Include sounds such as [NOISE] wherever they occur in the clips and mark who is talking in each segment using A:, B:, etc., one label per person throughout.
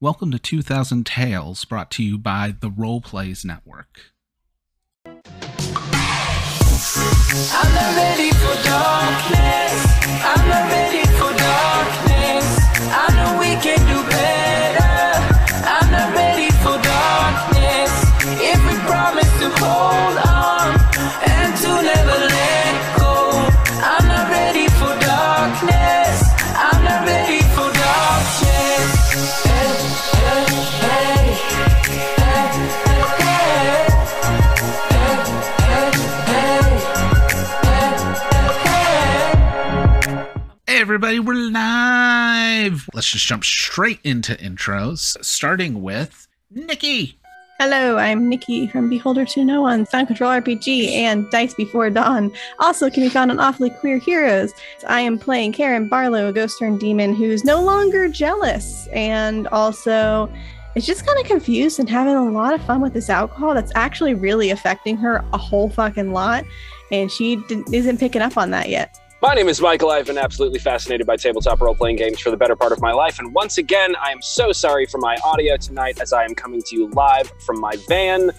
A: Welcome to 2000 Tales, brought to you by the Roleplays Network.
B: I'm not ready for darkness. I'm not ready for darkness. I know we can do better. I'm not ready for darkness. If we promise to hold on and to never let go, I'm not ready for darkness. I'm not ready for darkness. Hey, hey, hey. Hey, hey, hey.
A: Hey everybody, we're live! Let's just jump straight into intros, starting with Nikki.
C: Hello, I'm Nikki from Beholder to No One, Sound Control RPG, and Dice Before Dawn. Also can be found on Awfully Queer Heroes. I am playing Karen Barlow, a ghost turned demon who's no longer jealous and also is just kind of confused and having a lot of fun with this alcohol that's actually really affecting her a whole fucking lot. And she d- isn't picking up on that yet.
D: My name is Michael. I've been absolutely fascinated by tabletop role playing games for the better part of my life. And once again, I am so sorry for my audio tonight as I am coming to you live from my van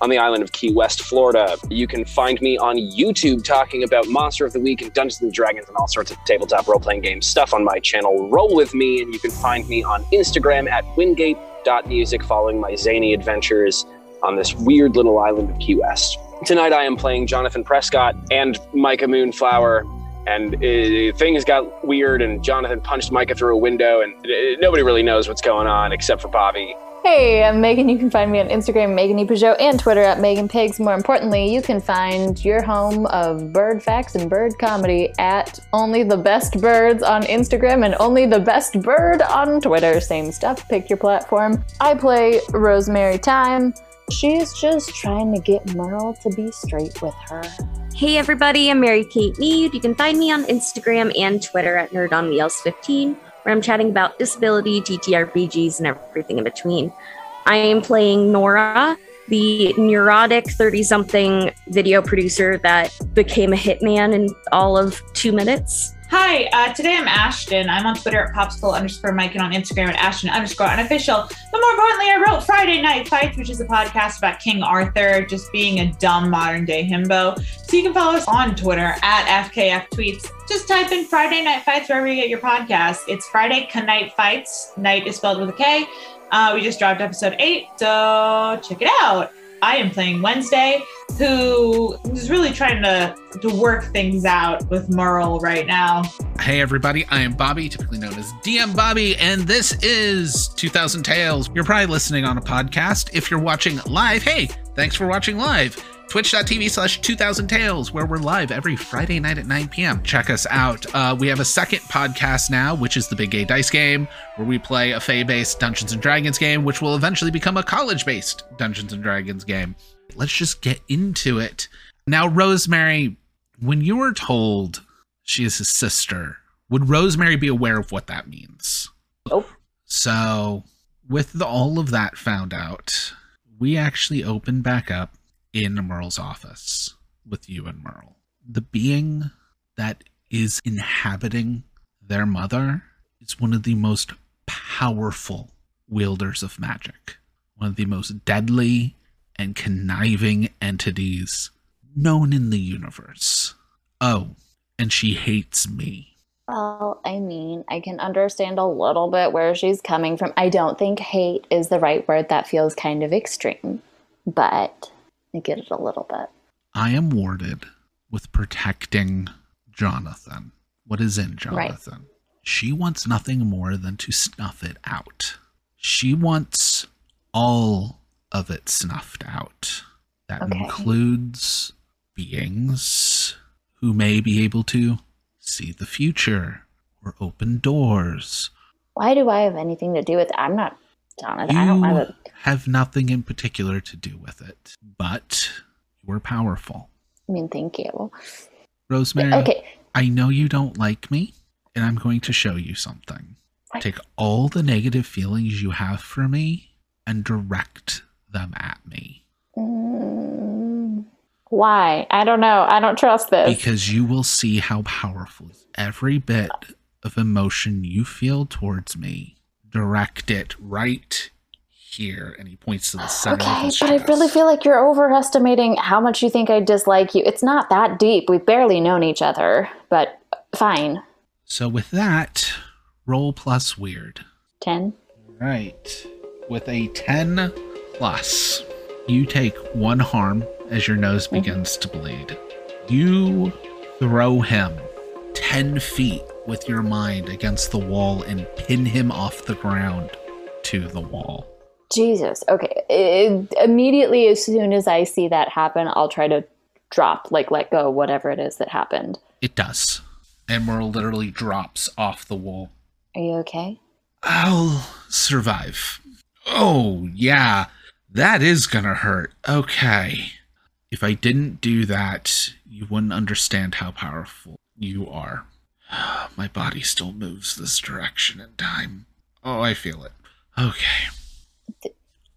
D: on the island of Key West, Florida. You can find me on YouTube talking about Monster of the Week and Dungeons and Dragons and all sorts of tabletop role playing game stuff on my channel Roll With Me. And you can find me on Instagram at wingate.music following my zany adventures on this weird little island of Key West. Tonight, I am playing Jonathan Prescott and Micah Moonflower and uh things got weird and jonathan punched micah through a window and uh, nobody really knows what's going on except for bobby
E: Hey, I'm Megan. You can find me on Instagram, Megan E. Peugeot, and Twitter at Megan Pigs. More importantly, you can find your home of bird facts and bird comedy at Only the Best Birds on Instagram and Only the Best Bird on Twitter. Same stuff, pick your platform. I play Rosemary Time. She's just trying to get Merle to be straight with her.
F: Hey everybody, I'm Mary Kate Mead. You can find me on Instagram and Twitter at NerdOnWheels15, where I'm chatting about disability, TTRPGs, and everything in between. I am playing Nora, the neurotic 30 something video producer that became a hitman in all of two minutes.
G: Hi, uh, today I'm Ashton. I'm on Twitter at popsicle underscore Mike and on Instagram at Ashton underscore unofficial. But more importantly, I wrote Friday Night Fights, which is a podcast about King Arthur just being a dumb modern day himbo. So you can follow us on Twitter at FKF Tweets. Just type in Friday Night Fights wherever you get your podcast. It's Friday Night Fights. Night is spelled with a K. Uh, we just dropped episode eight, so check it out. I am playing Wednesday, who is really trying to, to work things out with Merle right now.
A: Hey everybody, I am Bobby, typically known as DM Bobby, and this is 2000 Tales. You're probably listening on a podcast. If you're watching live, hey, thanks for watching live. Twitch.tv slash 2000 Tales, where we're live every Friday night at 9 p.m. Check us out. Uh, we have a second podcast now, which is the Big Gay Dice Game, where we play a Fey based Dungeons and Dragons game, which will eventually become a college based Dungeons and Dragons game. Let's just get into it. Now, Rosemary, when you were told she is his sister, would Rosemary be aware of what that means?
E: Nope.
A: So, with the, all of that found out, we actually open back up in Merle's office with you and Merle. The being that is inhabiting their mother is one of the most powerful wielders of magic, one of the most deadly and conniving entities known in the universe. Oh, and she hates me.
E: Well, I mean, I can understand a little bit where she's coming from. I don't think hate is the right word. That feels kind of extreme, but I get it a little bit.
A: I am warded with protecting Jonathan. What is in Jonathan? She wants nothing more than to snuff it out. She wants all of it snuffed out. That
E: Okay.
A: includes beings who may be able to see the future or open doors.
E: Why do I have anything to do with I'm not Jonathan. I don't
A: You
E: have a.
A: have nothing in particular to do with it, but you're powerful.
E: I mean, thank you.
A: Rosemary.
E: Okay.
A: I know you don't like me, and I'm going to show you something.
E: What?
A: Take all the negative feelings you have for me and direct them at me
E: Mm, why? I don't know. I don't trust this.
A: because you will see how powerful every bit of emotion you feel towards me direct it right here. And he points to the center. of
E: Okay,
A: his
E: but I
A: chest.
E: really feel like you're overestimating how much you think I dislike you. It's not that deep. We've barely known each other, but fine.
A: So with that, roll plus weird.
E: 10.
A: Right. With a 10 plus, you take one harm as your nose begins to bleed. You throw him 10 feet with your mind against the wall and pin him off the ground to the wall.
E: Jesus. Okay. It- immediately, as soon as I see that happen, I'll try to drop, like, let go, whatever it is that happened.
A: It does. Emerald literally drops off the wall.
E: Are you okay?
A: I'll survive. Oh, yeah. That is gonna hurt. Okay. If I didn't do that, you wouldn't understand how powerful you are. [SIGHS] My body still moves this direction in time. Oh, I feel it. Okay.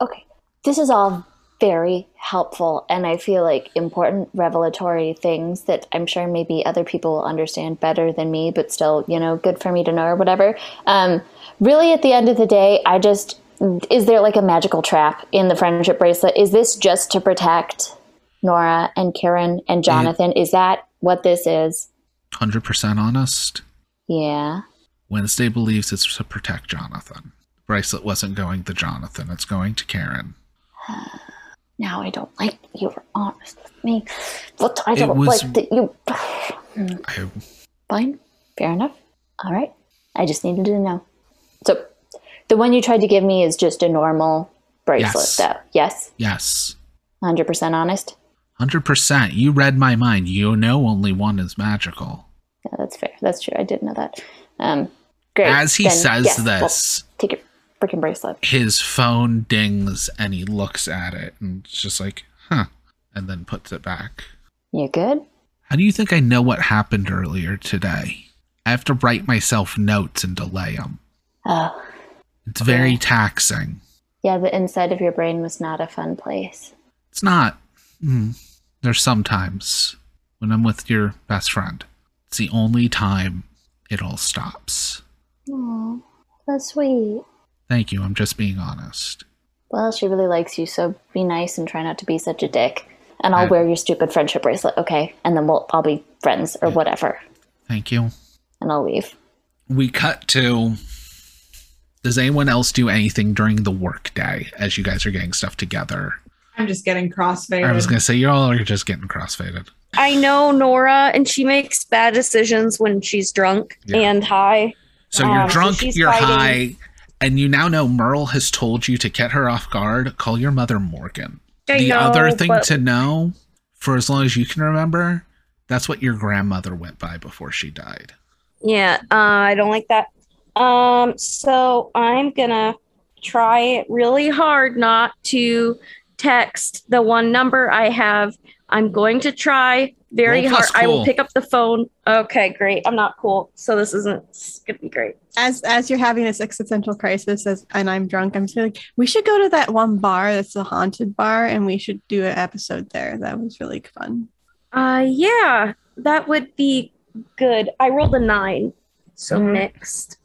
E: Okay. This is all very helpful, and I feel like important revelatory things that I'm sure maybe other people will understand better than me, but still, you know, good for me to know or whatever. Um, really, at the end of the day, I just. Is there like a magical trap in the friendship bracelet? Is this just to protect Nora and Karen and Jonathan? Is that what this is?
A: 100% honest.
E: Yeah.
A: Wednesday believes it's to protect Jonathan. Bracelet wasn't going to Jonathan, it's going to Karen.
E: Now I don't like you were honest with me. What I
A: It
E: don't
A: was-
E: like that you.
A: I
E: Fine. Fair enough. All right. I just needed to know. So, the one you tried to give me is just a normal bracelet,
A: Yes.
E: though. Yes.
A: yes.
E: 100% honest.
A: 100%. You read my mind. You know only one is magical.
E: Yeah, that's fair. That's true. I did know that. Um, great.
A: As he
E: Then,
A: says
E: yes, well,
A: this,
E: take your freaking bracelet.
A: his phone dings and he looks at it and it's just like, huh, and then puts it back.
E: You good?
A: How do you think I know what happened earlier today? I have to write myself notes and delay them.
E: Oh,
A: It's very taxing.
E: yeah. The inside of your brain was not a fun place.
A: It's not. Mm, there's sometimes when I'm with your best friend, it's the only time it all stops.
E: Oh, that's sweet.
A: Thank you. I'm just being honest.
E: Well, she really likes you, so be nice and try not to be such a dick. And I'll
A: I-
E: wear your stupid friendship bracelet, okay? And then we'll I'll be friends or whatever.
A: Thank you.
E: and I'll leave.
A: we cut to does anyone else do anything during the workday as you guys are getting stuff together
G: I'm just getting crossfaded.
A: i was gonna say you all are just getting crossfaded
F: I know Nora, and she makes bad decisions when she's drunk
A: Yeah.
F: and high.
A: so
F: Oh,
A: you're
F: so
A: drunk
F: she's
A: you're
F: fighting.
A: high and you now know merle has told you to get her off guard call your mother morgan
F: I
A: the
F: know,
A: other thing
F: but
A: to know for as long as you can remember that's what your grandmother went by before she died
F: Yeah, uh, I don't like that. Um, so I'm gonna try really hard not to text the one number I have. I'm going to try very
A: Roll
F: hard.
A: plus
F: I will
A: cool.
F: pick up the phone. Okay, great. I'm not cool, so this isn't this is gonna be great.
C: As as you're having this existential crisis, as and I'm drunk, I'm just like, we should go to that one bar that's a haunted bar, and we should do an episode there. That was really fun.
F: Uh, yeah, that would be good. I rolled a nine, so
A: Mm-hmm.
G: Mhm.
F: next.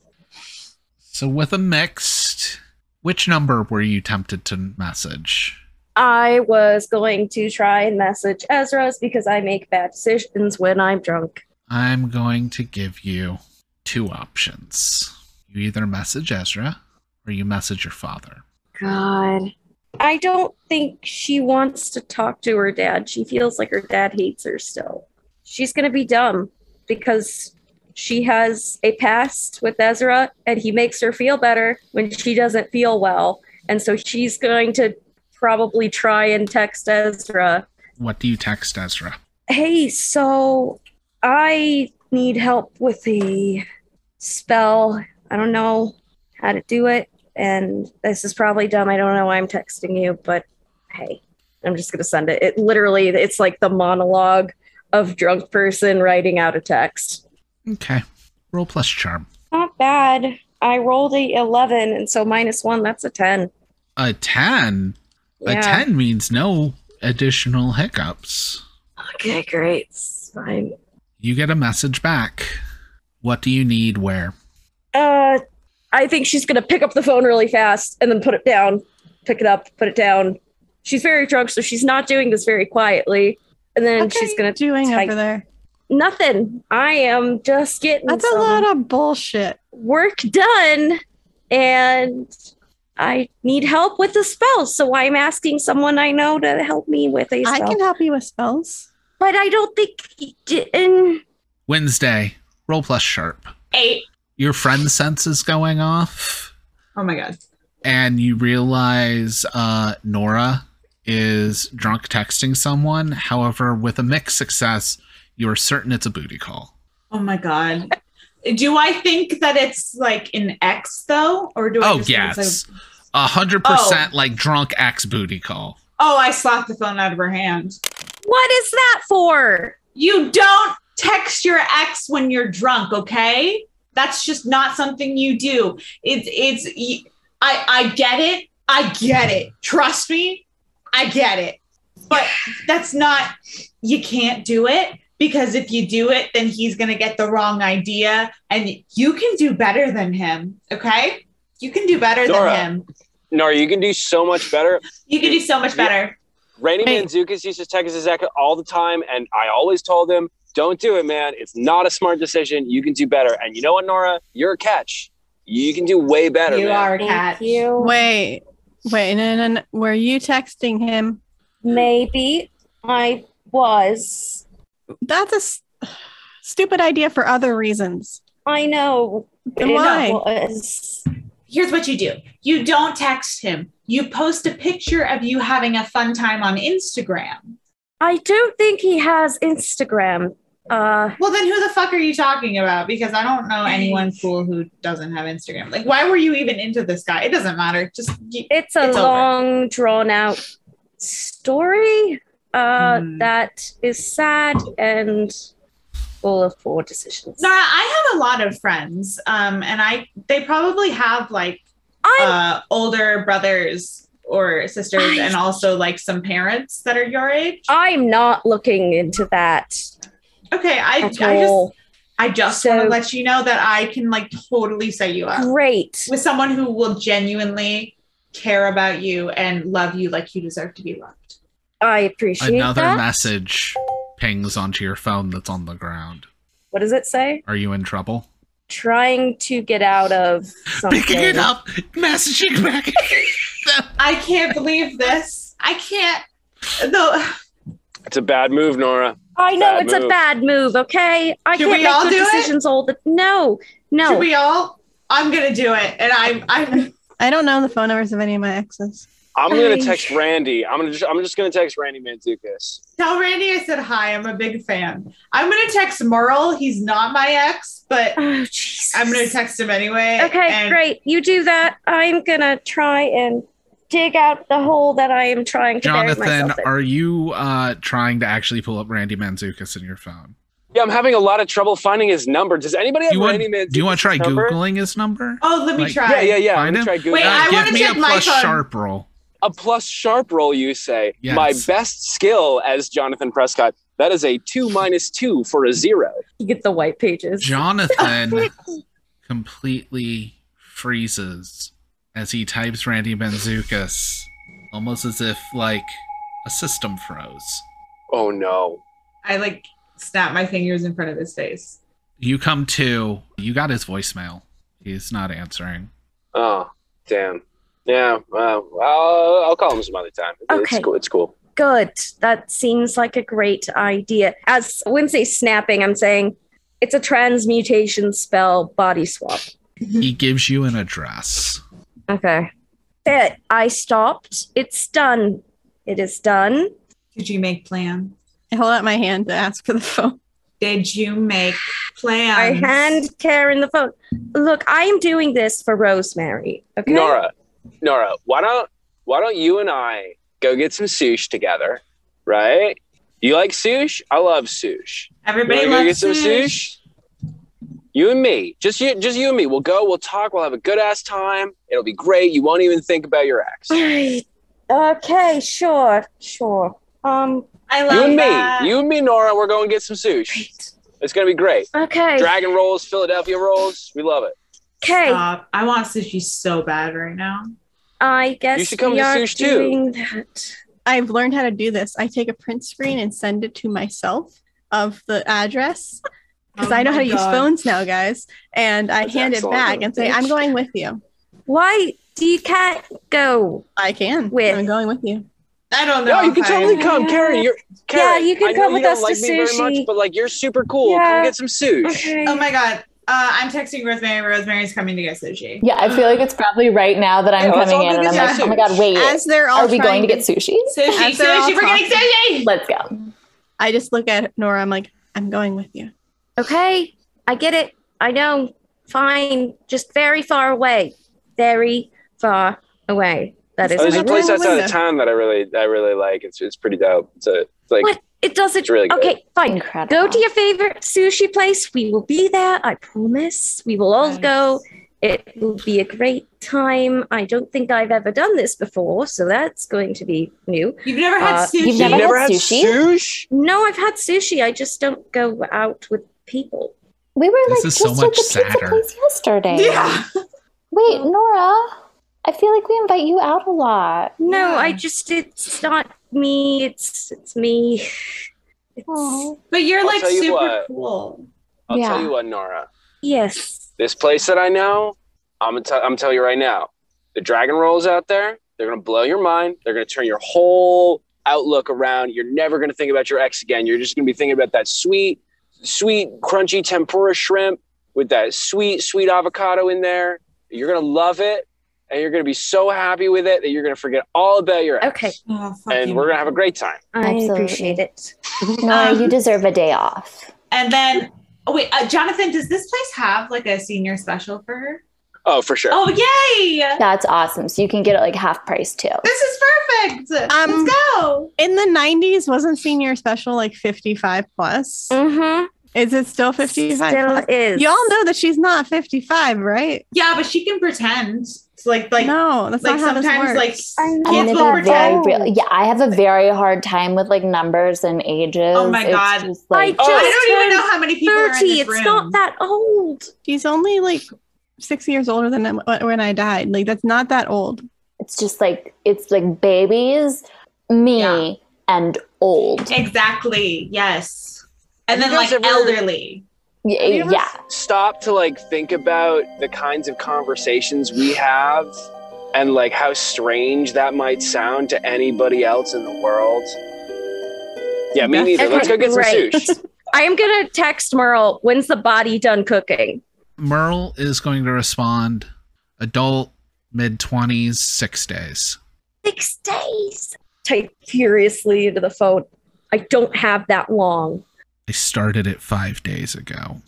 A: so with a mixed which number were you tempted to message
F: I was going to try and message Ezra's because I make bad decisions when I'm drunk.
A: I'm going to give you two options. You either message Ezra or you message your father.
F: God. I don't think she wants to talk to her dad. She feels like her dad hates her still. She's going to be dumb because she has a past with Ezra and he makes her feel better when she doesn't feel well. And so she's going to probably try and text Ezra,
A: What do you text Ezra?
F: "Hey, so I need help with the spell. I don't know how to do it, and this is probably dumb. I don't know why I'm texting you, but hey, I'm just gonna send it. It literally, it's like the monologue of drunk person writing out a text.
A: Okay. Roll plus charm.
F: Not bad. I rolled a eleven, and so minus one, that's a ten.
A: A 10. A 10 means no additional hiccups.
F: Okay, great. It's fine.
A: You get a message back. What do you need where?
F: Uh,
H: I think she's gonna pick up the phone really fast and then put it down, pick it up, put it down. She's very drunk, so she's not doing this very quietly. And then
C: What
H: she's
C: are
H: gonna
C: you doing
H: type-
C: over there.
H: nothing. I am just getting
C: That's a
H: some
C: lot of bullshit.
H: work done, and I need help with a spell. So I'm asking someone I know to help me with a spell.
C: I can help you with spells.
H: but I don't think he did. And
A: Wednesday, roll plus sharp.
G: Eight.
A: Your friend sense is going off,
G: Oh my god.
A: and you realize uh, Nora is drunk texting someone. However, with a mixed success, you are certain it's a booty call.
G: Oh my god. Do I think that it's like an X though, or do I?
A: Oh,
G: just think it's
A: yes.
G: like-
A: A hundred
G: Oh.
A: percent like drunk ex booty call.
G: oh, I slapped the phone out of her hand.
H: what is that for?
G: You don't text your ex when you're drunk, okay? That's just not something you do. It's it's y- I I get it. I get it. Trust me. I get it. But that's not you can't do it because if you do it then he's going to get the wrong idea and you can do better than him, okay? You can do better
D: Nora.
G: than him.
D: Nora, you can do so much better.
G: You can do so much better.
D: Rainy
C: Wait.
D: Manzukis used to text his ex all the time, and I always told him, "Don't do it, man. It's not a smart decision. You can do better." And you know what, Nora? You're a catch. You can do way better.
G: you
D: man.
G: are a cat.
F: Thank you.
C: Wait, wait, no, no, no. Were you texting him?
F: Maybe I was.
C: That's a s- stupid idea for other reasons.
F: I know.
C: And
F: it
C: why?
H: uh,
F: was.
G: here's what you do you don't text him you post a picture of you having a fun time on instagram
F: I don't think he has Instagram. Uh,
G: well then who the fuck are you talking about because i don't know anyone cool who doesn't have instagram like why were you even into this guy it doesn't matter just y-
F: it's a
G: It's over.
F: long, drawn out story uh,
G: Mm.
F: that is sad and full of poor decisions.
G: Zara, I have a lot of friends, um, and I they probably have like
F: I'm
G: uh, older brothers or sisters,
F: I-
G: and also like some parents that are your age.
F: I'm not looking into that
G: Okay, I, I
F: at
G: just
F: all.
G: I just
F: So-
G: want to let you know that I can like totally set you up.
F: Great.
G: with someone who will genuinely care about you and love you like you deserve to be loved.
F: I appreciate
A: Another
F: that.
A: message pings onto your phone that's on the ground.
F: what does it say?
A: Are you in trouble?
F: Trying to get out of
A: [LAUGHS]
F: something.
A: Picking it up, messaging
G: [LAUGHS]
A: back.
G: I can't believe this. I can't. Though,
D: It's a bad move, Nora.
F: I know
D: Bad
F: it's a
D: move.
F: bad move. Okay, I
G: Should
F: can't
G: we
F: make
G: all
F: good
G: do it?
F: decisions all the. No, no.
G: should we all? I'm gonna do it, and I'm. I'm.
C: I don't know the phone numbers of any of my exes.
D: I'm gonna
F: Hi.
D: text Randy. I'm gonna. Just, I'm just gonna text Randy Manzukis.
G: Tell Randy I said hi. I'm a big fan. I'm gonna text Merle. He's not my ex, but
F: oh Jesus.
G: I'm gonna text him anyway.
F: Okay,
G: and
F: great. You do that. I'm gonna try and dig out the hole that I am trying to bury
A: Jonathan,
F: myself in.
A: are you uh, trying to actually pull up Randy Manzukis in your phone?
D: Yeah, I'm having a lot of trouble finding his number. Does anybody have
A: Do you want,
D: Randy Manzukis?
A: do you want to try
D: number?
A: Googling his number?
G: Oh, let me
A: Like-
G: try.
D: Yeah, yeah, yeah. I'm
A: Find
D: gonna
A: him?
D: try Googling.
G: Wait,
D: it.
G: I
A: Give
G: wanna
A: me a
G: check my
A: plus
G: phone.
A: sharp roll.
D: a plus sharp roll, you say.
A: Yes.
D: My best skill as Jonathan Prescott. That is a two minus two for a zero.
F: You get the white pages.
A: Jonathan completely freezes as he types Randy Manzukis, almost as if like a system froze.
D: Oh no.
G: I like snap my fingers in front of his face.
A: You come to. You got his voicemail. He's not answering.
D: Oh, damn. Yeah, uh, I'll, I'll call him some other time.
F: Okay.
D: It's cool. It's cool.
F: Good. That seems like a great idea. As Wednesday's snapping, I'm saying it's a transmutation spell body swap.
A: He gives you an address.
F: Okay. It. I stopped. It's done. It is done.
G: Did you make plans?
C: I hold out my hand to ask for the phone.
G: Did you make plans?
F: I hand Karen the phone. Look, I am doing this for Rosemary. Okay.
D: Nora, Nora, why don't why don't you and I go get some sushi together, right? You like sushi? I love sushi. You
G: Everybody
D: wanna go get
G: loves
D: some
G: sushi.
D: sushi? You and me, just you, just you and me. We'll go. We'll talk. We'll have a good ass time. It'll be great. You won't even think about your ex.
F: okay. Sure. Sure. Um.
G: I love
D: You and
G: that.
D: me, you and me, Nora. We're going to get some sushi. It's gonna be great.
F: Okay.
D: Dragon rolls, Philadelphia rolls. We love it.
H: Okay,
G: Stop. I want sushi so bad right now.
H: I guess
D: You should come
H: we
D: to
H: are
D: Sush too.
H: doing that.
C: I've learned how to do this. I take a print screen and send it to myself of the address because
G: Oh
C: I know how
G: my
C: to use
G: God.
C: phones now, guys. And I
D: That's
C: hand it
D: excellent,
C: back and say, "I'm
H: bitch.
C: going with you.
F: Why do you can't go?
C: I can.
F: With-
C: I'm going with you."
G: I don't know.
D: No, you
G: if
D: can
G: I-
D: totally come, Carrie. You're Carrie,
F: you can
D: I know
F: come
D: you
F: with
D: don't
F: us
D: like
F: to
D: me very much,
F: sushi.
D: but like you're super cool. Come
F: Yeah.
D: get some sushi.
F: Okay.
G: Oh my god. Uh, I'm texting Rosemary. Rosemary's coming to get sushi.
E: Yeah, I feel like it's probably right now that I'm
D: Yeah, let's
E: coming
D: all
E: in
D: go
E: and I'm
D: get
E: like,
G: sushi.
E: oh my god, wait.
C: As they're all
E: Are we
C: trying
E: going to get
C: to-
E: sushi?
G: Sushi,
C: As they're all
G: sushi, we're getting
C: talking.
G: sushi.
E: Let's go.
C: I just look at Nora. I'm like, "I'm going with you."
F: Okay, I get it. I know. Fine. Just very far away. Very far away. That is
D: Oh, there's
C: Isn't
D: a
C: that
D: place
C: the
D: outside
C: window?
D: of town that I really I really like. It's it's pretty dope. It's a it's like
F: What? It
D: it's
F: doesn't.
D: really good.
F: Okay, fine.
E: Incredible.
F: Go to your favorite sushi place. We will be there. I promise. We will all
G: Nice.
F: go. It will be a great time. I don't think I've ever done this before, so that's going to be new.
G: You've never had
F: Uh,
G: sushi.
E: you've
D: You've
E: never
D: never
E: had
D: had
E: sushi?
D: sushi?
F: No, I've had sushi. I just don't go out with people.
E: We were
A: This
E: like
A: is
E: just
A: so
E: at
A: much
E: the
A: sadder.
E: pizza place yesterday.
G: yeah.
E: Wait, Nora, I feel like we invite you out a lot.
F: No,
G: Yeah.
F: I just it's not me. It's it's me. [LAUGHS] It's,
E: Aw.
G: But you're
D: I'll
G: like
D: tell you
G: super
D: what.
G: cool.
D: I'll
E: Yeah.
D: tell you what, Nora.
F: Yes.
D: This place that I know, I'm gonna tell I'm telling you right now. The dragon rolls out there, they're gonna blow your mind. They're gonna turn your whole outlook around. You're never gonna think about your ex again. You're just gonna be thinking about that sweet, sweet, crunchy tempura shrimp with that sweet, sweet avocado in there. You're gonna love it, and you're gonna be so happy with it that you're gonna forget all about your ex.
F: Okay.
G: Oh, fucking-
D: And we're gonna have a great time.
F: I
E: Absolutely.
F: appreciate it.
E: Nora,
G: Um,
E: you deserve a day off.
G: And then, oh, wait, uh, Jonathan, does this place have like a senior special for her?
D: Oh, for sure.
G: Oh, yay!
E: That's awesome. So you can get it like half price too.
G: This is perfect.
C: Um,
G: Let's go.
C: In the 90s, wasn't senior special like 55 plus?
F: Mm-hmm.
C: Is it still 55
F: Still
C: plus?
F: is.
C: Y'all know that she's not 55, right?
G: Yeah, but she can pretend. It's like, like,
C: no, that's
G: like
C: not how this
G: sometimes,
C: works.
G: like,
F: I know.
E: I'm
G: kids
F: It's
G: will
E: gonna be very
G: pretend.
F: pretend.
E: real. Yeah, I have a very hard time with like numbers and ages.
G: Oh my
E: It's
G: God.
E: just, like,
F: I
D: Oh,
F: just
G: I don't even
F: turned
G: know how many people are in
F: thirty.
G: this
F: It's
G: room.
F: not that old.
C: she's only like six years older than uh, when I died. Like that's not that old.
E: it's just like it's like babies, me,
G: Yeah.
E: and old.
G: Exactly. Yes. And
D: Have
G: then
D: you guys
G: like
D: ever-
G: elderly.
E: Y-
D: Have you ever
E: yeah.
D: stop to like think about the kinds of conversations we have and like how strange that might sound to anybody else in the world? Yeah, me
G: That's-
D: neither. Let's go
F: Okay,
D: get some
F: great.
D: sushi.
F: [LAUGHS] I am gonna text Merle. When's the body done cooking?
A: Merle is going to respond adult, mid 20s, six days.
F: Six days.
H: type furiously into the phone.
F: I don't have that long.
A: I started it five days ago.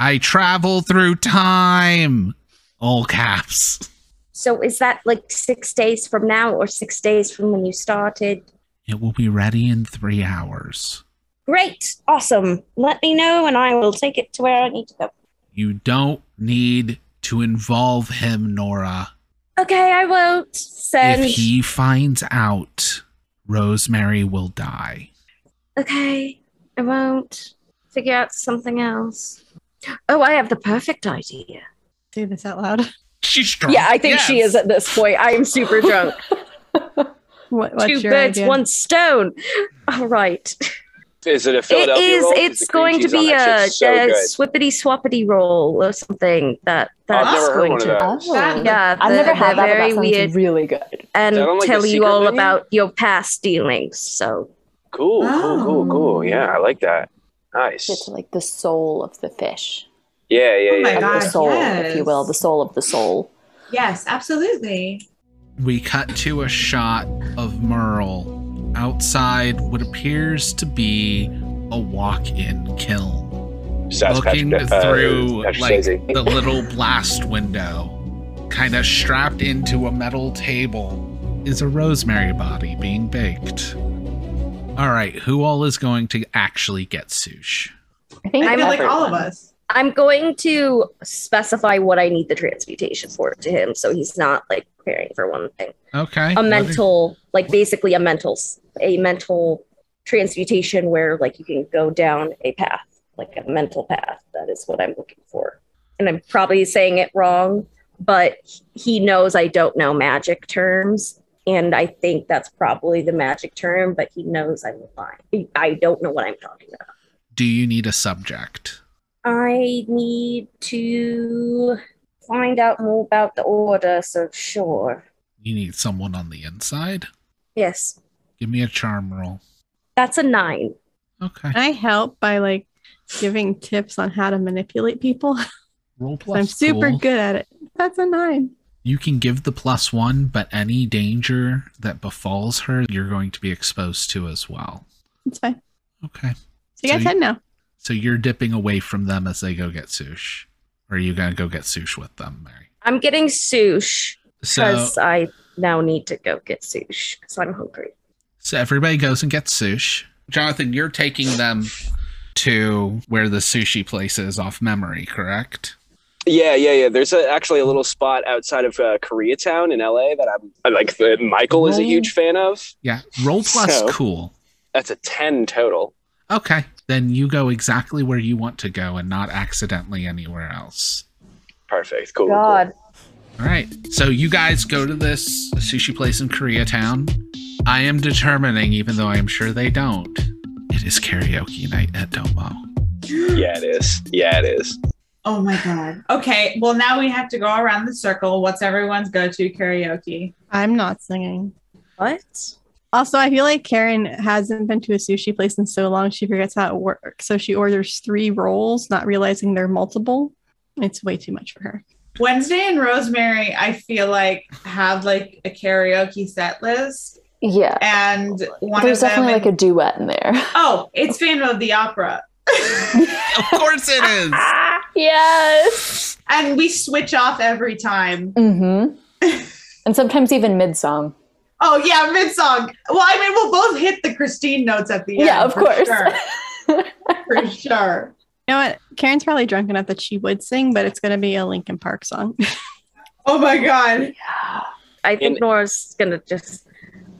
A: I travel through time. All caps.
F: So is that like six days from now, or six days from when you started?
A: It will be ready in three hours.
F: Great, awesome. Let me know, and I will take it to where I need to go.
A: You don't need to involve him, Nora.
F: Okay, I won't send.
A: if he finds out, Rosemary will die.
F: okay, I won't figure out something else. Oh, I have the perfect idea.
C: Say this out loud.
A: She's drunk.
H: Yeah, I think she
A: Yes.
H: is at this point. I am super drunk.
C: [LAUGHS] What, [LAUGHS] what's
F: Two
C: your
F: birds,
C: idea?
F: one stone. All right.
D: Is it a
F: It
D: Philadelphia
F: is.
D: roll? 'Cause
F: It's
D: the cream
F: going to
D: cheese on
F: be
D: that
F: a,
D: shit's so
F: a
D: good.
F: swippity swappity roll or something. That
D: I've
F: that's
D: never heard
F: going
D: one
F: to.
D: of those.
F: Yeah,
E: Oh. I've
F: the-
E: never had
F: the
E: that. Very
F: very
E: but that
F: weird-
E: sounds really good.
F: and
D: that on, like, a
F: tell you
D: secret
F: all
D: menu?
F: about your past dealings. So
D: Cool, cool, cool,
G: Oh.
D: cool. Yeah, I like that.
E: Get to
D: Nice.
E: like the soul of the fish,
D: Yeah, yeah,
G: Oh my
D: yeah.
E: of
G: God,
E: the soul, if you
G: yes.
E: will, the soul of the soul.
G: Yes, absolutely.
A: We cut to a shot of Merle outside what appears to be a walk in kiln,
D: Sounds
A: looking
D: Patrick- uh,
A: through
D: Patrick
A: like
D: Swayze.
A: the little blast window, kind of strapped into a metal table. Is a rosemary body being baked? All right, who all is going to actually get sushi?
E: I think
G: I
F: I'm
G: feel like all of
E: everyone.
G: us.
F: I'm going to specify what I need the transmutation for to him, so he's not like preparing for one thing.
A: Okay,
F: A
A: what
F: mental, like basically a mental, a mental transmutation where like you can go down a path, like a mental path. That is what I'm looking for.
H: and I'm probably saying it wrong, but he knows I don't know magic terms. And I think that's probably the magic term, but he knows I'm lying. I don't know what I'm talking about.
A: Do you need a subject?
H: I need to find out more about the order, so sure.
A: You need someone on the inside?
H: Yes,
A: Give me a charm roll.
H: that's a nine.
A: Okay.
C: Can I help by like giving tips on how to manipulate people? [LAUGHS]
A: Roll plus.
C: I'm super
A: cool.
C: good at it. That's a nine.
A: You can give the plus one, but any danger that befalls her, you're going to be exposed to as well.
C: It's fine.
A: Okay. So
C: So you guys
A: you-
C: head now.
A: So you're dipping away from them as they go get sush. Or are you going to go get sush with them, Mary?
H: I'm getting sush
A: So,
H: because I now need to go get sush because I'm hungry.
A: so everybody goes and gets sush. Jonathan, you're taking them to where the sushi place is off memory, correct?
D: Yeah, yeah, yeah. There's a, actually a little spot outside of uh, Koreatown in LA that I'm I like that Michael is a huge fan of.
A: Yeah. Roll plus
D: So-
A: cool.
D: That's a 10 total.
A: Okay. Then you go exactly where you want to go and not accidentally anywhere else.
D: Perfect. Cool. cool, cool.
E: God.
A: All right. So you guys go to this sushi place in Koreatown. I am determining, even though I am sure they don't, it is karaoke night at Domo.
D: Yeah, it is. Yeah, it is.
G: Oh my god. Okay, well now we have to go around the circle. What's everyone's go-to karaoke?
C: I'm not singing.
H: What?
C: Also, I feel like Karen hasn't been to a sushi place in so long she forgets how it works. So she orders three rolls, not realizing they're multiple. It's way too much for her.
G: Wednesday and Rosemary, I feel like have like a karaoke set list,
E: Yeah.
G: and one
E: There's
G: of
E: definitely
G: them.
E: like a duet in there. [LAUGHS]
G: oh, it's Phantom of the Opera,
A: Of course it is.
E: yes.
G: and we switch off every time.
E: Mm-hmm.
G: [LAUGHS]
E: and sometimes even mid song.
G: Oh yeah, mid song. Well, I mean, we'll both hit the Christine notes at the end.
E: Yeah, of
G: for
E: course. [LAUGHS]
G: sure. for sure.
C: You know what? Karen's probably drunk enough that she would sing, but it's going to be a Linkin Park song.
G: Oh my god.
H: I think
D: And-
H: Nora's gonna just.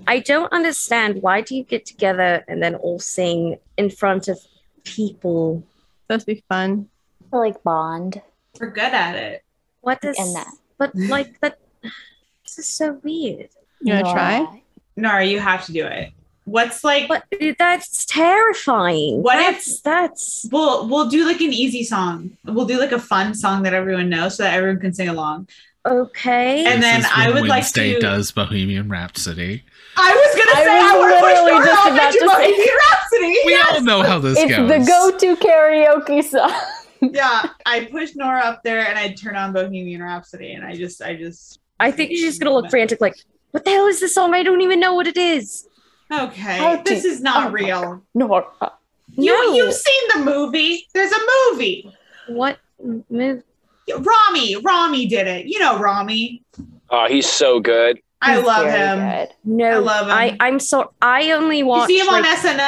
H: I don't understand. Why do you get together and then all sing in front of people?
C: Supposed to be fun.
E: Like Bond.
G: We're good at it.
H: What is
E: And that.
H: But like that. This is so weird.
C: You want to try?
G: Nora, you have to do it. What's like?
H: But that's terrifying.
G: What if-
H: that's, that's
G: We'll we'll do like an easy song. We'll do like a fun song that everyone knows so that everyone can sing along. [LAUGHS]
H: okay.
G: And then
A: is
G: I
A: when
G: would like
A: Wednesday
G: to-
A: does Bohemian Rhapsody.
G: I was gonna
E: I
G: say I
E: was
G: would push
E: literally
G: Nora
E: just
G: off
E: about
G: into
E: to say-
G: Bohemian Rhapsody.
A: We all know how this
E: It's
A: goes.
E: the go to karaoke song. [LAUGHS]
G: [LAUGHS] yeah, I pushed Nora up there and I turned on Bohemian Rhapsody and I just I just
H: I think she's gonna look frantic. Like, what the hell is this song? I don't even know what it is.
G: okay.
E: How
G: this
E: do-
G: is not
E: oh my
G: real.
E: no. uh,
G: You
H: No.
G: you've seen the movie? There's a movie.
H: What move?
G: Rami Rami did it. You know Rami.
D: Oh, he's so good.
G: I
E: he's
G: love
E: very
G: him.
E: good.
H: No,
G: I love him.
H: I I'm so I only
G: You
H: watch.
G: see him on
H: like-
G: SNL?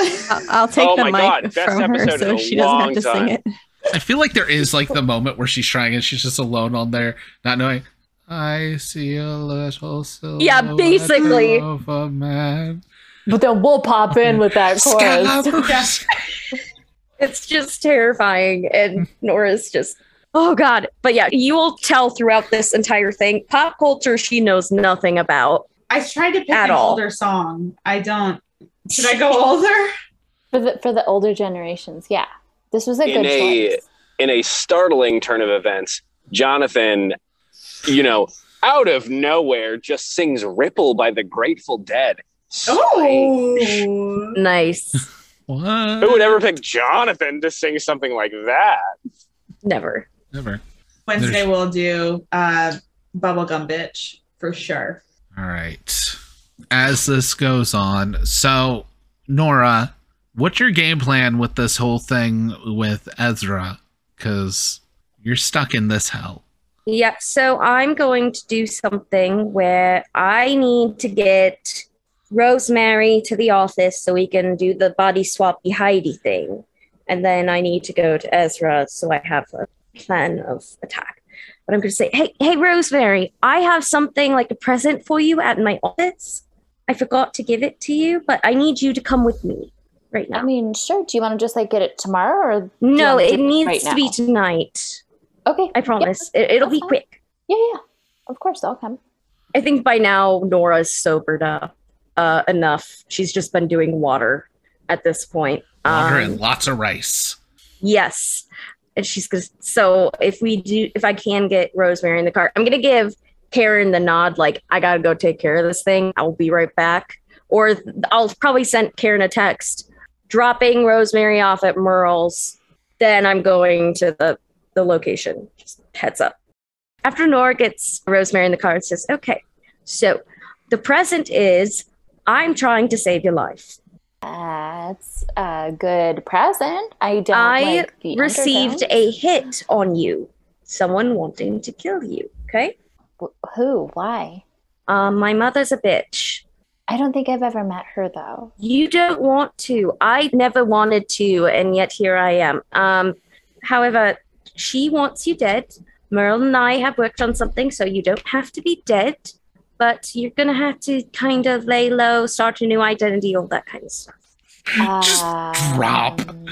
C: I'll, I'll take
D: Oh
C: the
D: my
C: mic
D: God, best
C: from her
D: episode in
C: so
D: a
C: she doesn't have
D: long
C: to
D: time.
C: sing it.
A: I feel like there is like the moment where she's trying and she's just alone on there, not knowing. I see a little silhouette
H: Yeah, basically.
A: of a man.
E: But then we'll pop in with that chorus.
A: Scalpers.
H: [LAUGHS] It's just terrifying. And Nora's just, oh God. But yeah, you'll tell throughout this entire thing. Pop culture, she knows nothing about.
G: I tried to pick
H: At
G: an
H: all.
G: older song. I don't. Should
H: [LAUGHS]
G: I go older?
E: For the for the older generations, yeah. This was a
D: In
E: good
D: a-
E: choice.
D: In a startling turn of events, Jonathan, you know, out of nowhere just sings Ripple by the Grateful Dead. Strange.
G: Oh.
H: Nice.
A: What?
D: Who would ever pick Jonathan to sing something like that?
H: Never.
A: Never.
G: Wednesday
A: There's-
G: we'll do uh bubblegum bitch for sure.
A: All right. As this goes on, so Nora, what's your game plan with this whole thing with Ezra? Because you're stuck in this hell.
H: Yep. So I'm going to do something where I need to get Rosemary to the office so we can do the body swappy Heidi thing. And then I need to go to Ezra so I have a plan of attack. But I'm going to say, hey, hey, Rosemary, I have something like a present for you at my office. I forgot to give it to you, but I need you to come with me right
E: I
H: now.
E: mean, sure. Do you want to just like get it tomorrow or
H: No,
E: do you wanna
H: it
E: do
H: needs
E: right
H: to be
E: now?
H: tonight.
E: Okay.
F: I promise. It, it'll be
E: That's fine.
F: quick.
E: Yeah, yeah. Of course, I'll come.
F: I think by now Nora's sobered up uh, enough. She's just been doing water at this point.
A: Water
F: Um,
A: and lots of rice.
F: Yes. And she's going to. So if we do, if I can get Rosemary in the car, I'm going to give Karen the nod, like, I got to go take care of this thing. I will be right back. Or th- I'll probably send Karen a text dropping Rosemary off at Merle's. Then I'm going to the, the location. Just heads up. After Nora gets Rosemary in the car and says, okay, so the present is I'm trying to save your life.
E: That's a good present. I don't
F: I
E: like the
F: Received
E: undertone.
F: a hit on you, someone wanting to kill you. Okay.
E: Wh- Who? Why?
F: Um, my mother's a bitch.
E: I don't think I've ever met her
H: [LAUGHS]
E: though.
F: You don't want to. I never wanted to, and yet here I am. Um, however, she wants you dead. Merle and I have worked on something, so you don't have to be dead, but you're gonna have to kind of lay low, start a new identity, all that kind of stuff.
A: Just drop.
E: Um,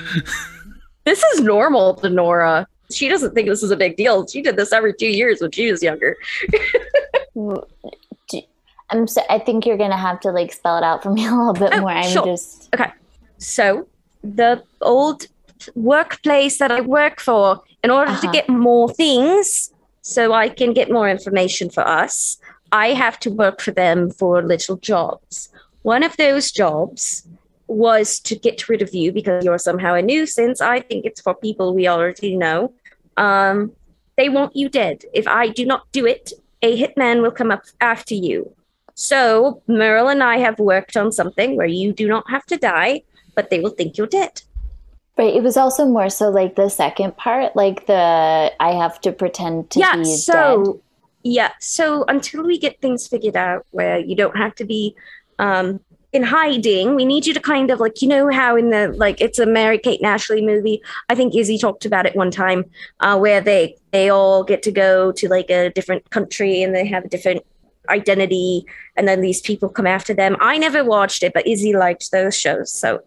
F: This is normal to Nora. She doesn't think this is a big deal. She did this every two years when she was younger.
E: w- do- I'm so, I think you're gonna have to like spell it out for me [LAUGHS] a little bit
F: Oh,
E: more. I'm
F: sure.
E: just
F: So, the old workplace that I work for, in order
E: Uh-huh.
F: to get more things, so I can get more information for us, I have to work for them for little jobs. One of those jobs was to get rid of you because you're somehow a nuisance. I think it's for people we already know. Um, they want you dead. If I do not do it, a hitman will come up after you. So, Merle and I have worked on something where you do not have to die, but they will think you're dead.
E: right. It was also more so like the second part, like the I have to pretend to
F: yeah,
E: be
F: so
E: dead.
F: yeah, so until we get things figured out where you don't have to be um in hiding, we need you to kind of like you know how in the like it's a Mary Kate and Ashley movie. I think Izzy talked about it one time, uh, where they they all get to go to like a different country and they have a different identity, and then these people come after them. I never watched it, but Izzy liked those shows, so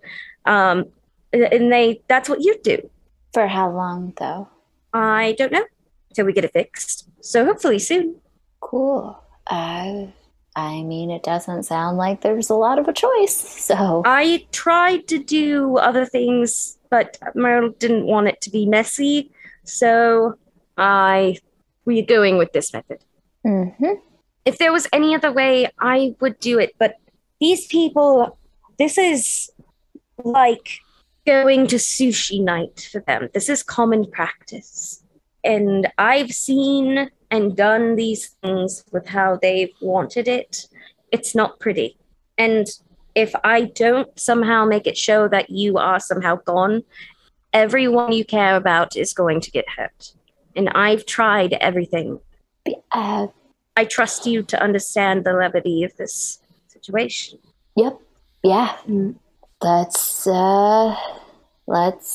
F: um, and they that's what you do.
E: For how long though?
F: I don't know till we get it fixed. So hopefully soon.
E: Cool. Uh, I mean, it doesn't sound like there's a lot of a choice. So
F: I tried to do other things, but Merle didn't want it to be messy, so I we're going with this method.
E: Mhm.
F: If there was any other way, I would do it, but these people, this is like going to sushi night for them. This is common practice. And I've seen and done these things with how they've wanted it. It's not pretty. And if I don't somehow make it show that you are somehow gone, everyone you care about is going to get hurt. And I've tried everything.
E: uh,
F: I trust you to understand the levity of this situation.
E: Yep. Yeah.
F: Mm.
E: Let's uh let's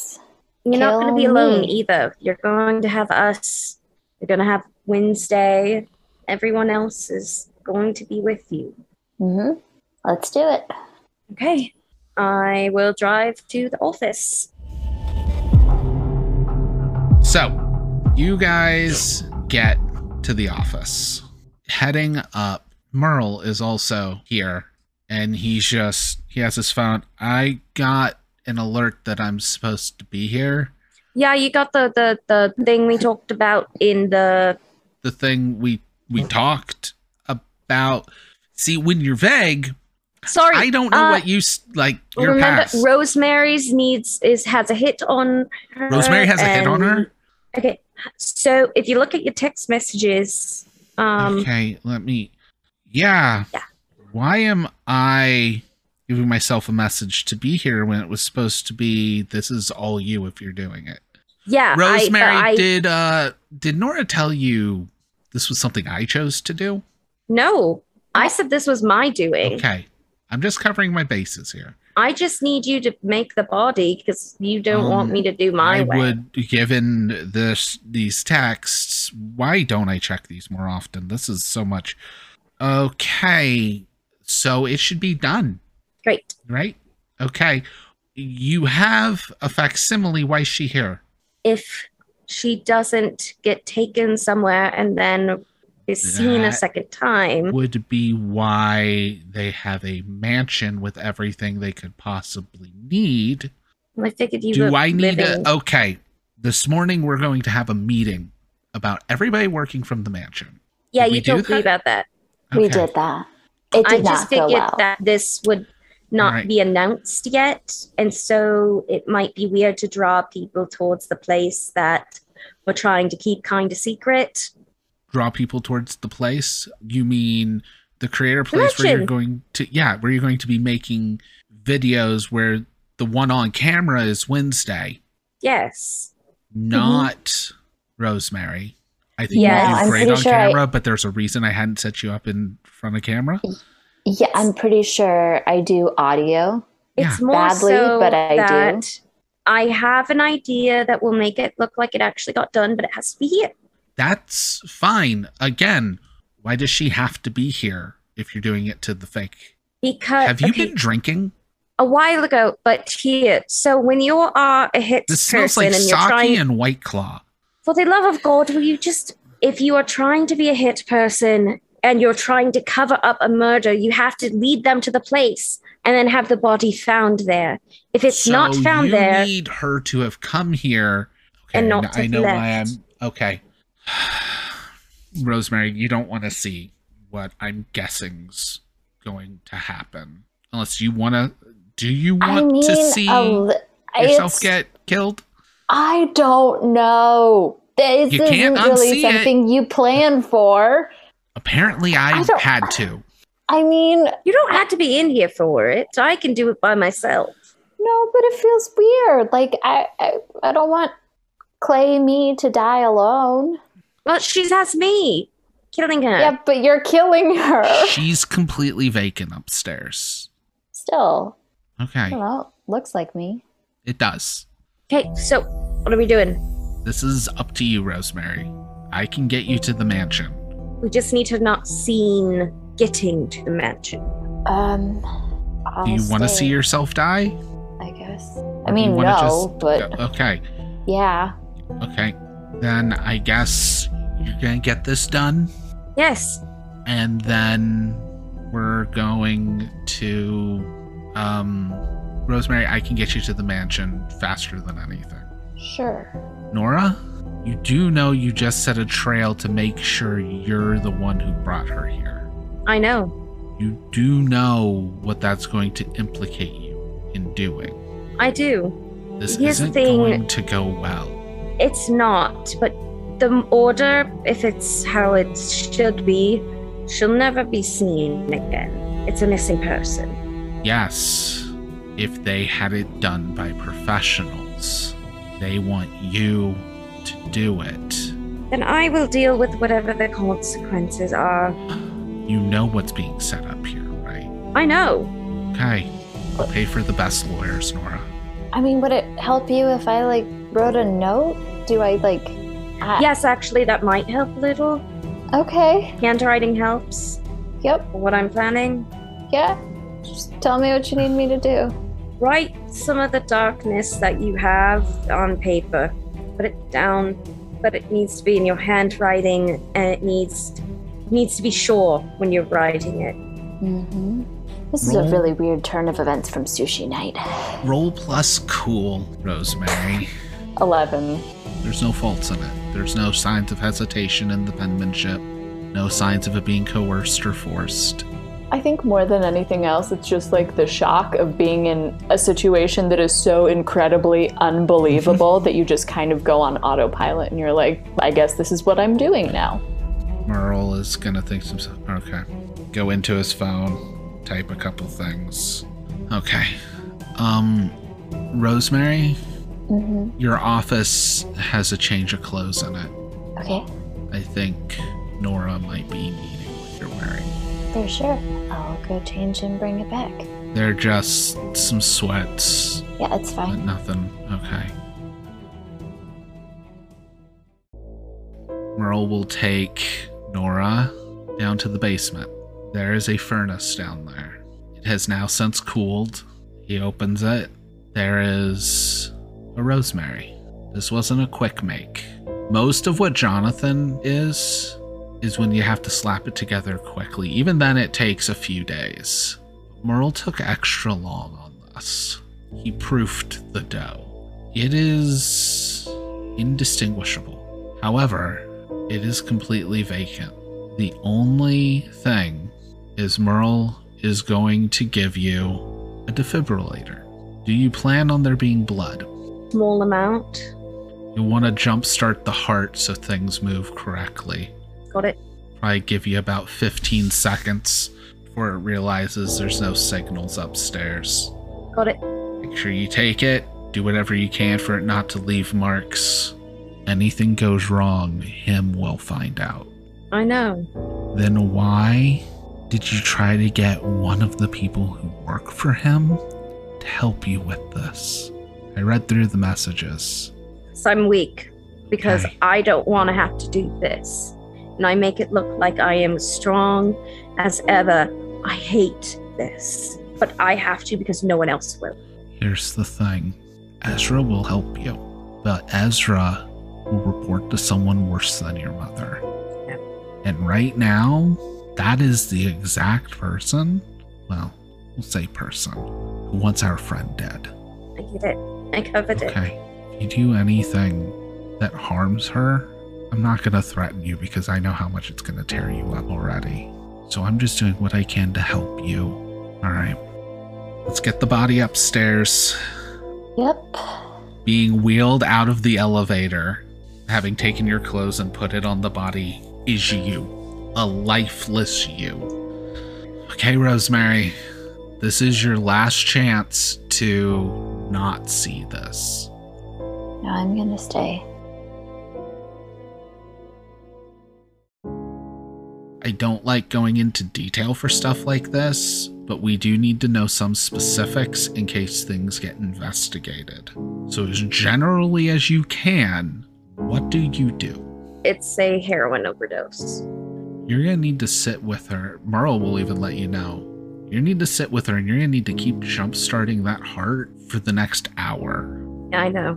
F: You're not going to be
E: Kill
F: alone
E: me.
F: either. You're going to have us. You're going to have Wednesday. Everyone else is going to be with you.
E: mhm. Let's do it.
F: Okay. I will drive to the office.
A: So, you guys get to the office. Heading up, Merle is also here, and he's just he has his phone. I got an alert that I'm supposed to be here.
F: Yeah, you got the the, the thing we talked about in the
A: The thing we we talked about. See, when you're vague,
F: sorry.
A: I don't know
F: uh,
A: what you s- like. Your
F: remember,
A: past.
F: Rosemary's needs is has a hit on her.
A: Rosemary has a hit on
F: and-
A: her.
F: Okay, so if you look at your text messages, um,
A: okay, let me. Yeah.
F: Yeah.
A: Why am I giving myself a message to be here when it was supposed to be this is all you if you're doing it?
F: yeah, I- but
A: Rosemary
F: I,
A: did uh did Nora tell you this was something I chose to do?
F: no. I said this was my doing.
A: Okay. I'm just covering my bases here.
F: I just need you to make the body because you don't want
A: Um,
F: me to do my
A: I
F: way.
A: would given this these texts, why don't I check these more often? This is so much. Okay. So it should be done.
F: Great.
A: right? Okay. You have a facsimile. Why is she here?
F: If
H: she doesn't get taken somewhere and then is seen a
A: That-
H: second time.
A: would be why they have a mansion with everything they could possibly need.
H: I figured you
A: Do
H: were
A: I need
H: living.
A: a oh, okay? This morning we're going to have a meeting about everybody working from the mansion.
H: yeah,
A: did we
H: you
A: do
H: told me
A: that?
H: about that.
E: We
A: Okay.
E: did that. It
H: I
E: did
H: just
E: not go
H: figured
E: well.
H: that this would not
A: Alright.
H: be announced yet, and so it might be weird to draw people towards the place that we're trying to keep kind of secret.
A: Draw people towards the place. You mean the creator place where you're
H: mansion.
A: going to yeah, where you're going to be making videos where the one on camera is Wednesday,
H: Yes.
A: not Rosemary. I think
H: Yeah,
A: you do
H: I'm
A: great
E: pretty
A: on
E: sure I-
A: camera, but there's a reason I hadn't set you up in front of camera.
E: Yeah, I'm pretty sure I do audio.
H: It's more
E: Badly,
H: so
E: but I do.
H: that I have an idea that will make it look like it actually got done, but it has to be here.
A: that's fine. Again, why does she have to be here if you're doing it to the fake?
H: Because
A: have you
H: Uh, okay,
A: been drinking?
H: a while ago, but here. So when you are a hit
A: This
H: person
A: smells like
H: and
A: sake
H: you're trying
A: and white claw.
H: For the love of God, will you just, if you are trying to be a hit person and you're trying to cover up a murder, you have to lead them to the place and then have the body found there. If it's not
A: So
H: found
A: you
H: there,
A: need her to have come here. Okay,
H: And
A: I
H: not
A: kn-
H: to
A: I know why I'm
H: left.
A: okay. [SIGHS] Rosemary, you don't want to see what I'm guessing's going to happen, unless you want to. Do you
E: I
A: want
E: mean,
A: to see
E: a li-
A: yourself
E: it's-
A: get killed?
E: I don't know. This
A: You
E: isn't
A: can't
E: really
A: unsee it.
E: something you plan for.
A: Apparently, I,
E: I don't-
A: had to.
E: I mean,
H: you don't have to be in here for it. I can do it by myself.
E: No, but it feels weird. Like I, I, I don't want Clay me to die alone.
H: Well, she has me killing her.
E: Yeah, but you're killing her.
A: She's completely vacant upstairs.
E: Still,
A: Okay.
E: well, looks like me.
A: It does.
H: Okay, so what are we doing?
A: This is up to you, Rosemary. I can get you to the mansion.
H: We just need to not seen getting to the mansion.
E: Um, I'll
A: Do you want to
E: stay,
A: see yourself die?
E: I guess.
A: Or do
E: I
A: you
E: mean,
A: wanna
E: no, but
A: Okay,
E: yeah.
A: okay. Then I guess you're gonna get this done,
H: Yes.
A: and then we're going to, um, Rosemary. I can get you to the mansion faster than anything.
E: Sure.
A: Nora, you do know you just set a trail to make sure you're the one who brought her here.
H: I know.
A: You do know what that's going to implicate you in doing.
H: I do.
A: This
H: Here's the
A: isn't
H: thing.
A: going to go well.
H: It's not, but the order, if it's how it should be, she'll never be seen again. It's a missing person.
A: Yes, if they had it done by professionals, they want you to do it.
H: Then I will deal with whatever the consequences are.
A: You know what's being set up here, right?
H: I know.
A: Okay. I'll pay for the best lawyers, Nora.
E: I mean, would it help you if I like wrote a note? Do I like? I,
H: Yes, actually, that might help a little.
E: Okay.
H: Handwriting helps
E: Yep.
H: for what I'm planning.
E: Yeah. Just tell me what you need me to do.
H: Write some of the darkness that you have on paper. Put it down, but it needs to be in your handwriting, and it needs needs to be sure when you're writing it.
E: Mm-hmm. This is a
A: Roll.
E: really weird turn of events from sushi night.
A: Roll plus cool, Rosemary.
E: 11.
A: There's no faults in it. There's no signs of hesitation in the penmanship. No signs of it being coerced or forced.
I: I think more than anything else, it's just like the shock of being in a situation that is so incredibly unbelievable that you just kind of go on autopilot and you're like, I guess this is what I'm doing now.
A: Merle is gonna think to himself, okay. Go into his phone, type a couple things. Okay. Um, Rosemary,
E: Mm-hmm.
A: your office has a change of clothes in it.
E: Okay,
A: I think Nora might be needing what you're wearing.
E: for sure. I'll go change and bring it back.
A: They're just some sweats,
E: Yeah, it's
A: but
E: fine.
A: nothing. Okay. Merle will take Nora down to the basement. There is a furnace down there. It has now since cooled. He opens it. There is a rosemary This wasn't a quick make. Most of what Jonathan is, is when you have to slap it together quickly. Even then, it takes a few days. Merle took extra long on this. He proofed the dough. It is indistinguishable. However, it is completely vacant. The only thing is Merle is going to give you a defibrillator. Do you plan on there being blood?
H: Small amount.
A: You want to jumpstart the heart so things move correctly.
H: Got it.
A: Probably give you about 15 seconds before it realizes there's no signals upstairs.
H: Got it.
A: Make sure you take it, do whatever you can for it not to leave marks. Anything goes wrong, him will find out.
H: I know.
A: Then why did you try to get one of the people who work for him to help you with this? I read through the messages.
H: So I'm weak because
A: Okay.
H: I don't want to have to do this. And I make it look like I am strong as ever. I hate this, but I have to because no one else will.
A: Here's the thing Ezra will help you, but Ezra will report to someone worse than your mother.
H: Yep.
A: And right now, that is the exact person, well, we'll say person, who wants our friend dead.
H: I get it. I covered it.
A: Okay. If you do anything that harms her, I'm not going to threaten you because I know how much it's going to tear you up already. So I'm just doing what I can to help you. All right. Let's get the body upstairs,
E: Yep.
A: being wheeled out of the elevator, having taken your clothes and put it on the body is you, a lifeless you. Okay, Rosemary, this is your last chance to not see this.
E: No, I'm gonna stay.
A: I don't like going into detail for stuff like this, but we do need to know some specifics in case things get investigated. So, as generally as you can, what do you do?
H: It's a heroin overdose.
A: You're gonna need to sit with her. Merle will even let you know. You need to sit with her and you're gonna need to keep jump starting that heart for the next hour.
H: I know.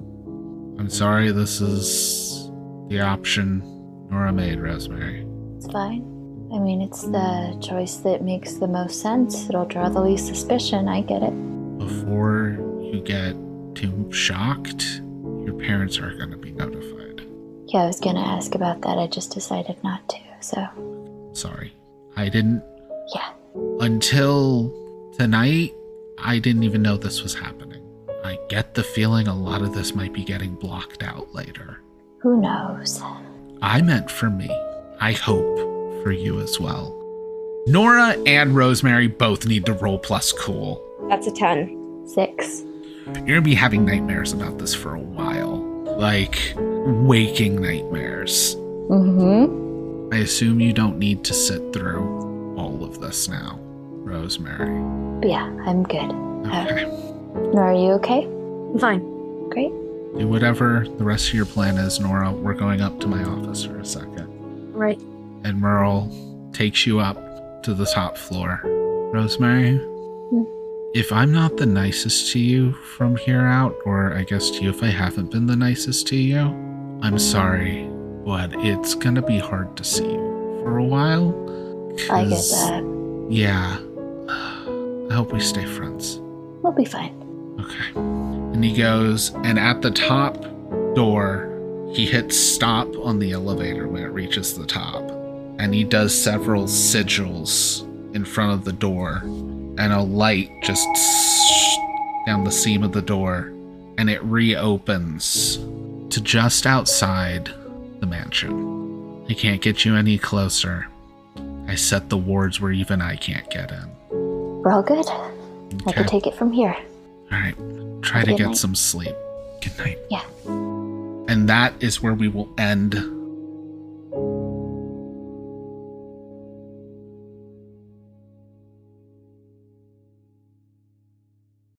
A: I'm sorry, this is the option Nora made, Rosemary.
E: It's fine. I mean, it's the choice that makes the most sense. It'll draw the least suspicion. I get it.
A: before you get too shocked, your parents are going to be notified.
E: Yeah, I was gonna ask about that. I just decided not to. So,
A: Sorry. I didn't.
E: Yeah.
A: Until tonight, I didn't even know this was happening. I get the feeling a lot of this might be getting blocked out later.
E: who knows?
A: I meant for me. I hope for you as well. Nora and Rosemary both need to roll plus cool.
H: That's a 10.
E: Six.
A: You're gonna be having nightmares about this for a while. Like waking nightmares.
I: Mm-hmm.
A: I assume you don't need to sit through all of this now, Rosemary.
E: But yeah, I'm good.
A: Okay.
E: Nora, are you okay?
H: I'm fine.
E: Great.
A: Do whatever the rest of your plan is, Nora. We're going up to my office for a second.
H: Right.
A: And Merle takes you up to the top floor. Rosemary,
E: Hmm.
A: if I'm not the nicest to you from here out, or I guess to you if I haven't been the nicest to you, I'm sorry, but it's gonna be hard to see you for a while.
E: I uh, get
A: 'cause-
E: that.
A: Yeah. [SIGHS] I hope we stay friends.
E: We'll be fine.
A: Okay. And he goes, and at the top door, he hits stop on the elevator when it reaches the top. And he does several sigils in front of the door, and a light just down the seam of the door, and it reopens to just outside the mansion. I can't get you any closer. I set the wards where even I can't get in.
E: We're all good. I can take it from here.
A: All right. Try to
E: Good
A: get
E: night.
A: some sleep. Good night.
E: Yeah.
A: And that is where we will end